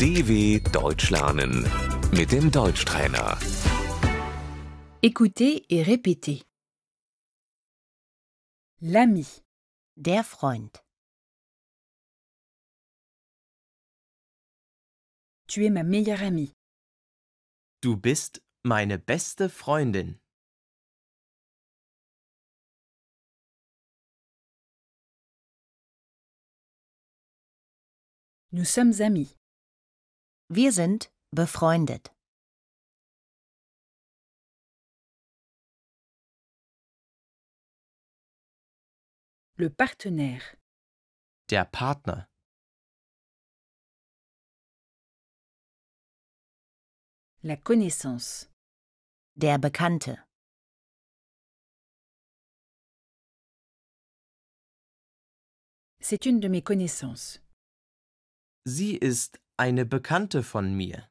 DW Deutsch lernen mit dem Deutschtrainer. Écoutez et répétez. L'ami, Der Freund. tu es ma meilleure amie. Du bist meine beste Freundin. Nous sommes amis. Wir sind befreundet. Le partenaire, Der Partner, la connaissance, Der Bekannte. c'est une de mes connaissances. sie ist eine Bekannte von mir.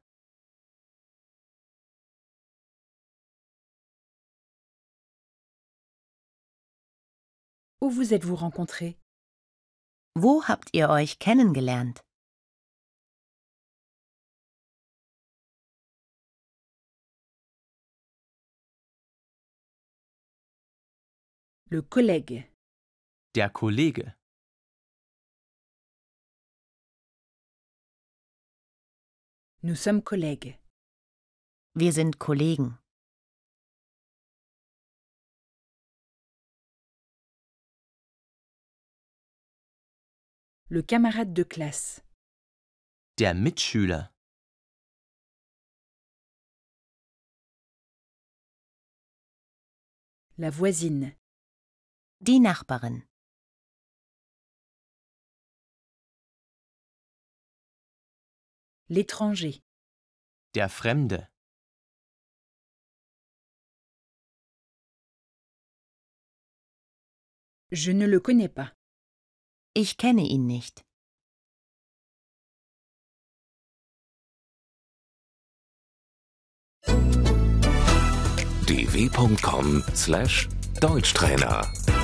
Où vous êtes-vous rencontrés Wo habt ihr euch kennengelernt? Le collègue, Der Kollege, nous sommes collègues. Wir sind Kollegen. Le camarade de classe, der Mitschüler, la voisine, Die Nachbarin. l'étranger, der Fremde, je ne le connais pas. Ich kenne ihn nicht. dw.com/deutschtrainer